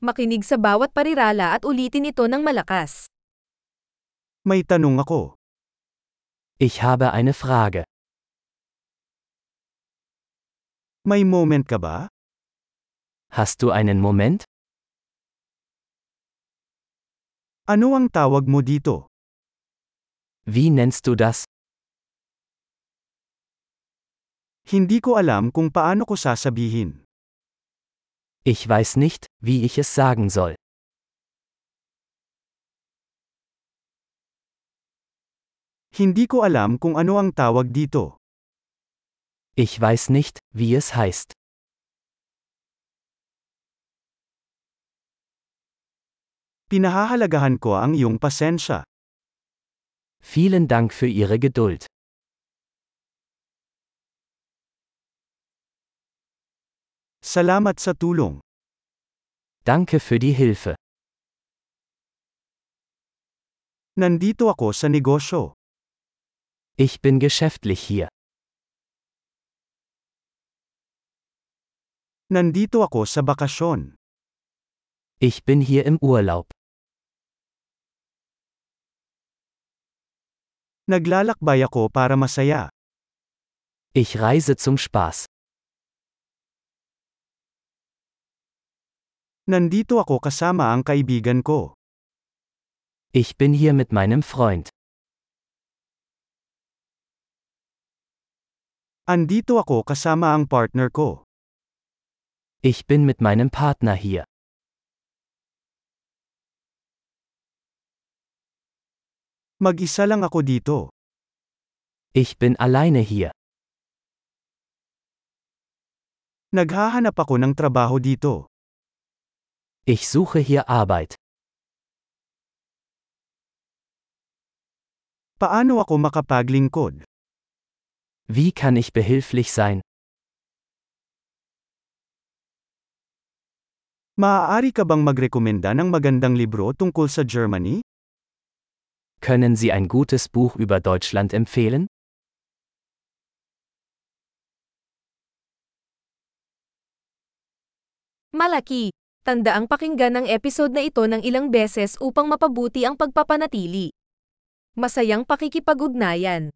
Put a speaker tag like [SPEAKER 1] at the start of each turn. [SPEAKER 1] Makinig sa bawat parirala at ulitin ito ng malakas.
[SPEAKER 2] May tanong ako.
[SPEAKER 3] Ich habe eine Frage.
[SPEAKER 2] May moment ka ba?
[SPEAKER 3] Hast du einen Moment?
[SPEAKER 2] Ano ang tawag mo dito?
[SPEAKER 3] Wie nennst du das?
[SPEAKER 2] Hindi ko alam kung paano ko sasabihin.
[SPEAKER 3] Ich weiß nicht, wie ich es sagen soll.
[SPEAKER 2] Hindi ko alam kung ano ang tawag dito.
[SPEAKER 3] Ich weiß nicht, wie es heißt.
[SPEAKER 2] Pinahahalagahan ko ang iyong pasensya.
[SPEAKER 3] Vielen Dank für Ihre Geduld.
[SPEAKER 2] Salamat sa tulong.
[SPEAKER 3] Danke für die Hilfe.
[SPEAKER 2] Nandito ako sa negosyo.
[SPEAKER 3] Ich bin geschäftlich hier.
[SPEAKER 2] Nandito ako sa bakasyon.
[SPEAKER 3] Ich bin hier im Urlaub.
[SPEAKER 2] Naglalakbay ako para masaya.
[SPEAKER 3] Ich reise zum Spaß.
[SPEAKER 2] Nandito ako kasama ang kaibigan ko.
[SPEAKER 3] Ich bin hier mit meinem Freund.
[SPEAKER 2] Andito ako kasama ang partner ko.
[SPEAKER 3] Ich bin mit meinem Partner hier.
[SPEAKER 2] Mag-isa lang ako dito.
[SPEAKER 3] Ich bin alleine hier.
[SPEAKER 2] Naghahanap ako ng trabaho dito.
[SPEAKER 3] Ich suche hier Arbeit.
[SPEAKER 2] Paano ako makapaglingkod?
[SPEAKER 3] Wie kann ich behilflich sein?
[SPEAKER 2] Maaari ka bang magrekomenda ng magandang libro tungkol sa Germany?
[SPEAKER 3] Können Sie ein gutes Buch über Deutschland empfehlen?
[SPEAKER 1] Malaki! Tandaang pakinggan ang episode na ito ng ilang beses upang mapabuti ang pagpapanatili. Masayang pakikipag-ugnayan.